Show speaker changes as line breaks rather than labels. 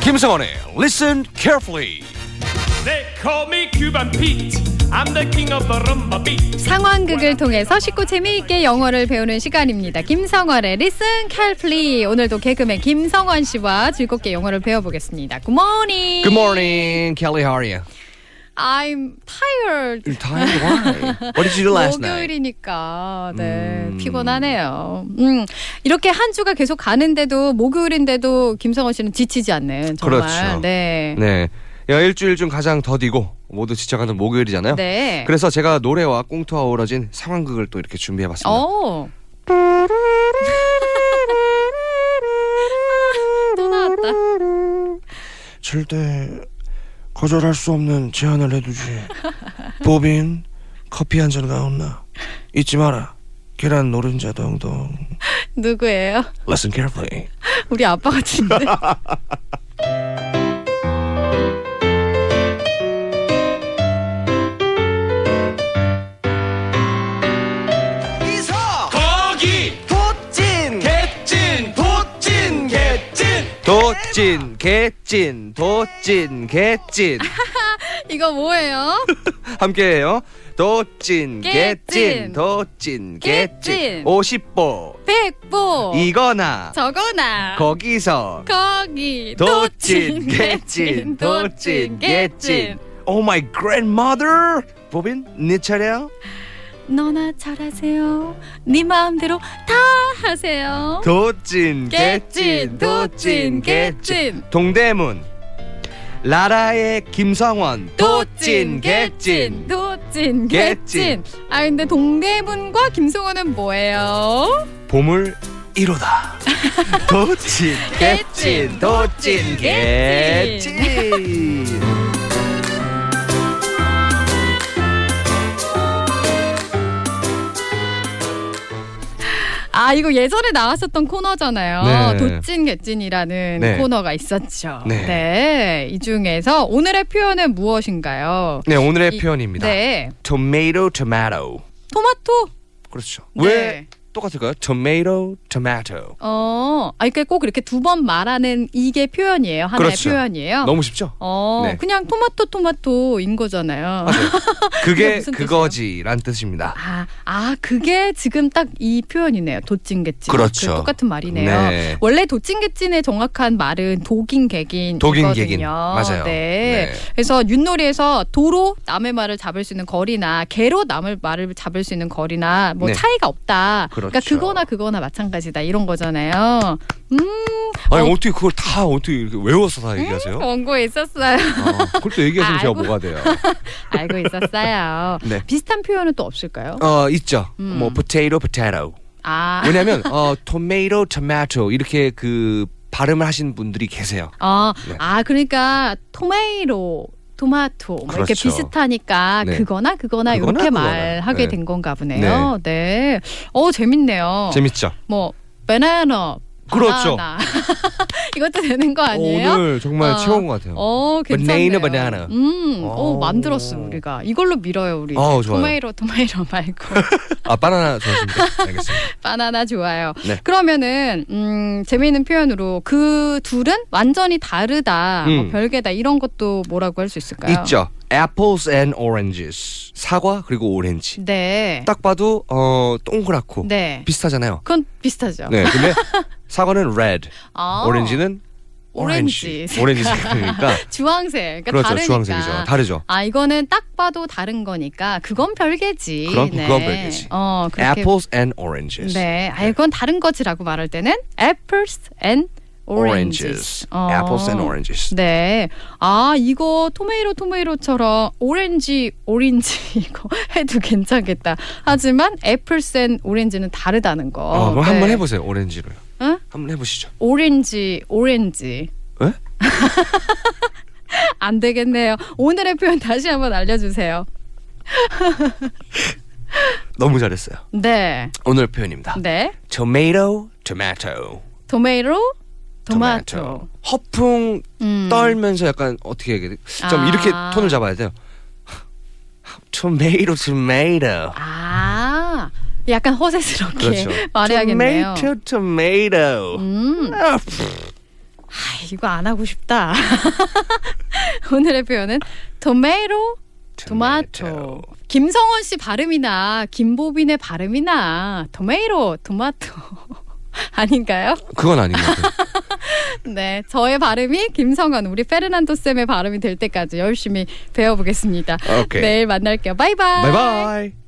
김성원의 Listen Carefully.
They call me Cuban Pete. I'm the king of the rumba beat.
상황극을 통해서 쉽고 재미있게 영어를 배우는 시간입니다. 김성원의 Listen Carefully. 오늘도 개그맨 김성원 씨와 즐겁게 영어를 배워보겠습니다. Good morning.
Good morning, Kelly. How are you?
I'm tired.
You're tired. Why? What did you do last night?
목요일이니까 네
음.
피곤하네요. 음 이렇게 한 주가 계속 가는데도 목요일인데도 김성원 씨는 지치지 않는 정말
그렇죠.
네.
네, 야, 일주일 중 가장 더디고 모두 지쳐가는 목요일이잖아요.
네.
그래서 제가 노래와 꽁트와 어우러진 상황극을 또 이렇게 준비해봤습니다.
어. 또 나왔다.
절대 거절할 수 없는 제안을 해두지. 보빈 커피 한 잔 가온나 잊지 마라. 계란 노른자 동동.
누구예요?
Listen carefully.
우리 아빠 같은데.
거기 도찐 개찐 도찐 개찐.
도찐, 개찐, 도찐, 개찐.
이거 뭐예요?
함께해요. 도찐, 개찐,
개찐.
도찐, 개찐.
개찐.
50보
백보.
이거나
저거나.
거기서
거기.
도찐, 개찐, 도찐, 개찐. Oh my grandmother. 보빈, 네 차례야.
너나 잘하세요. 네 마음대로 다 하세요.
도찐,
개찐,
개찐, 도찐,
도찐,
개찐.
개찐.
동대문. 라라의 김성원. 도찐, 개찐.
도찐,
개찐.
개찐. 아 근데 동대문과 김성원은 뭐예요?
보물 1호다. 도찐, 개찐,
개찐,
도찐,
도찐, 개찐.
개찐.
아 이거 예전에 나왔었던 코너잖아요.
네.
도찐 개찐이라는
네.
코너가 있었죠.
네.
네. 이 중에서 오늘의 표현은 무엇인가요?
네, 오늘의
이-
표현입니다.
네.
Tomato, tomato.
토마토.
그렇죠.
네.
왜 똑같을까요? Tomato, tomato.
어, 아, 그러니까 꼭 이렇게 두 번 말하는 이게 표현이에요. 하나의
그렇죠.
표현이에요.
너무 쉽죠?
어,
네.
그냥 토마토 토마토인 거잖아요.
그게
그게 무슨
그거지란 뜻입니다.
아, 아, 그게 지금 딱 이 표현이네요. 도찐개찐.
그렇죠.
그 똑같은 말이네요.
네.
원래 도찐개찐의 정확한 말은 독인개긴.
독인개긴. 맞아요.
네. 그래서 윷놀이에서 도로 남의 말을 잡을 수 있는 거리나 개로 남의 말을 잡을 수 있는 거리나 뭐
네.
차이가 없다.
그렇죠.
러니까 그거나 그거나 마찬가지다 이런 거잖아요. 음,
아니
어.
어. 떻게 그걸 다 어떻게 이렇게 외워서 다
네,
얘기하세요?
원고에 있었어요.
아, 그걸 또 얘기하시면 제가
아이고.
뭐가 돼요?
알고 있었어요.
네.
비슷한 표현은 또 없을까요?
어 있죠.
음.
뭐 potato, potato.
아,
왜냐면 어 tomato, tomato 이렇게 그 발음을 하신 분들이 계세요.
아,
네.
아 그러니까 토마이로 토마토 뭐 이렇게
그렇죠.
비슷하니까
네.
그거나
그거나
그거나 이렇게
그거나.
말하게
네.
된 건가 보네요. 네. 어 재밌네요.
재밌죠?
뭐 바나나
그렇죠. 어,
바나나. 이것도 되는 거 아니에요?
오늘 정말
어.
최고인 것 같아요.
어,
Banana,
괜찮네요.
banana.
음,
오.
오, 만들었어 우리가. 이걸로 밀어요 우리.
어, 좋아요.
토마이로 토마이로 말고.
아 바나나 좋아하십니다. 알겠습니다.
바나나 좋아요.
네.
그러면은 음, 재미있는 표현으로 그 둘은 완전히 다르다,
음.
뭐 별개다 이런 것도 뭐라고 할 수 있을까요?
있죠. Apples and oranges. 사과 그리고 오렌지.
네.
딱 봐도 어 동그랗고
네.
비슷하잖아요.
그건 비슷하죠.
네. 근데 사과는 red,
아,
오렌지는
오렌지.
오렌지. 오렌지 색깔이니까
주황색. 그러니까
그렇죠.
다르니까.
주황색이죠. 다르죠.
아 이거는 딱 봐도 다른 거니까 그건 별개지.
그럼 그건 별개지.
네, 어 그렇게.
Apples and oranges.
네. 아 이건 다른 거지라고 말할 때는 apples and
Oranges.
oranges. 어.
Apples and oranges.
네. 아, 이거 토메이로 토메이로처럼 오렌지 오렌지 이거 해도 괜찮겠다. 하지만 애플센 오렌지는 다르다는 거.
어, 그럼 한번
네.
해보세요. 오렌지로요.
응?
한번 해보시죠.
오렌지 오렌지.
에?
안 되겠네요. 오늘의 표현 다시 한번 알려주세요.
너무 잘했어요.
네.
오늘 표현입니다.
네.
Tomato, tomato,
토메이로
tomato.
토마토.
허풍
음.
떨면서 약간 어떻게 해야 돼? 좀
아.
이렇게 톤을 잡아야 돼요. Tomato, tomato.
아, 약간 허세스럽게
그렇죠.
말해야겠네요.
Tomato, tomato.
음.
아, pff,
아, 이거 안 하고 싶다. 오늘의 표현은 토메로 토마토. 김성원 씨 발음이나 김보빈의 발음이나 토메이로 토마토 아닌가요?
그건 아닌 것 같아요.
네, 저의 발음이 김성원 우리 페르난도 쌤의 발음이 될 때까지 열심히 배워보겠습니다.
오케이.
내일 만날게요. 바이바이.
바이바이.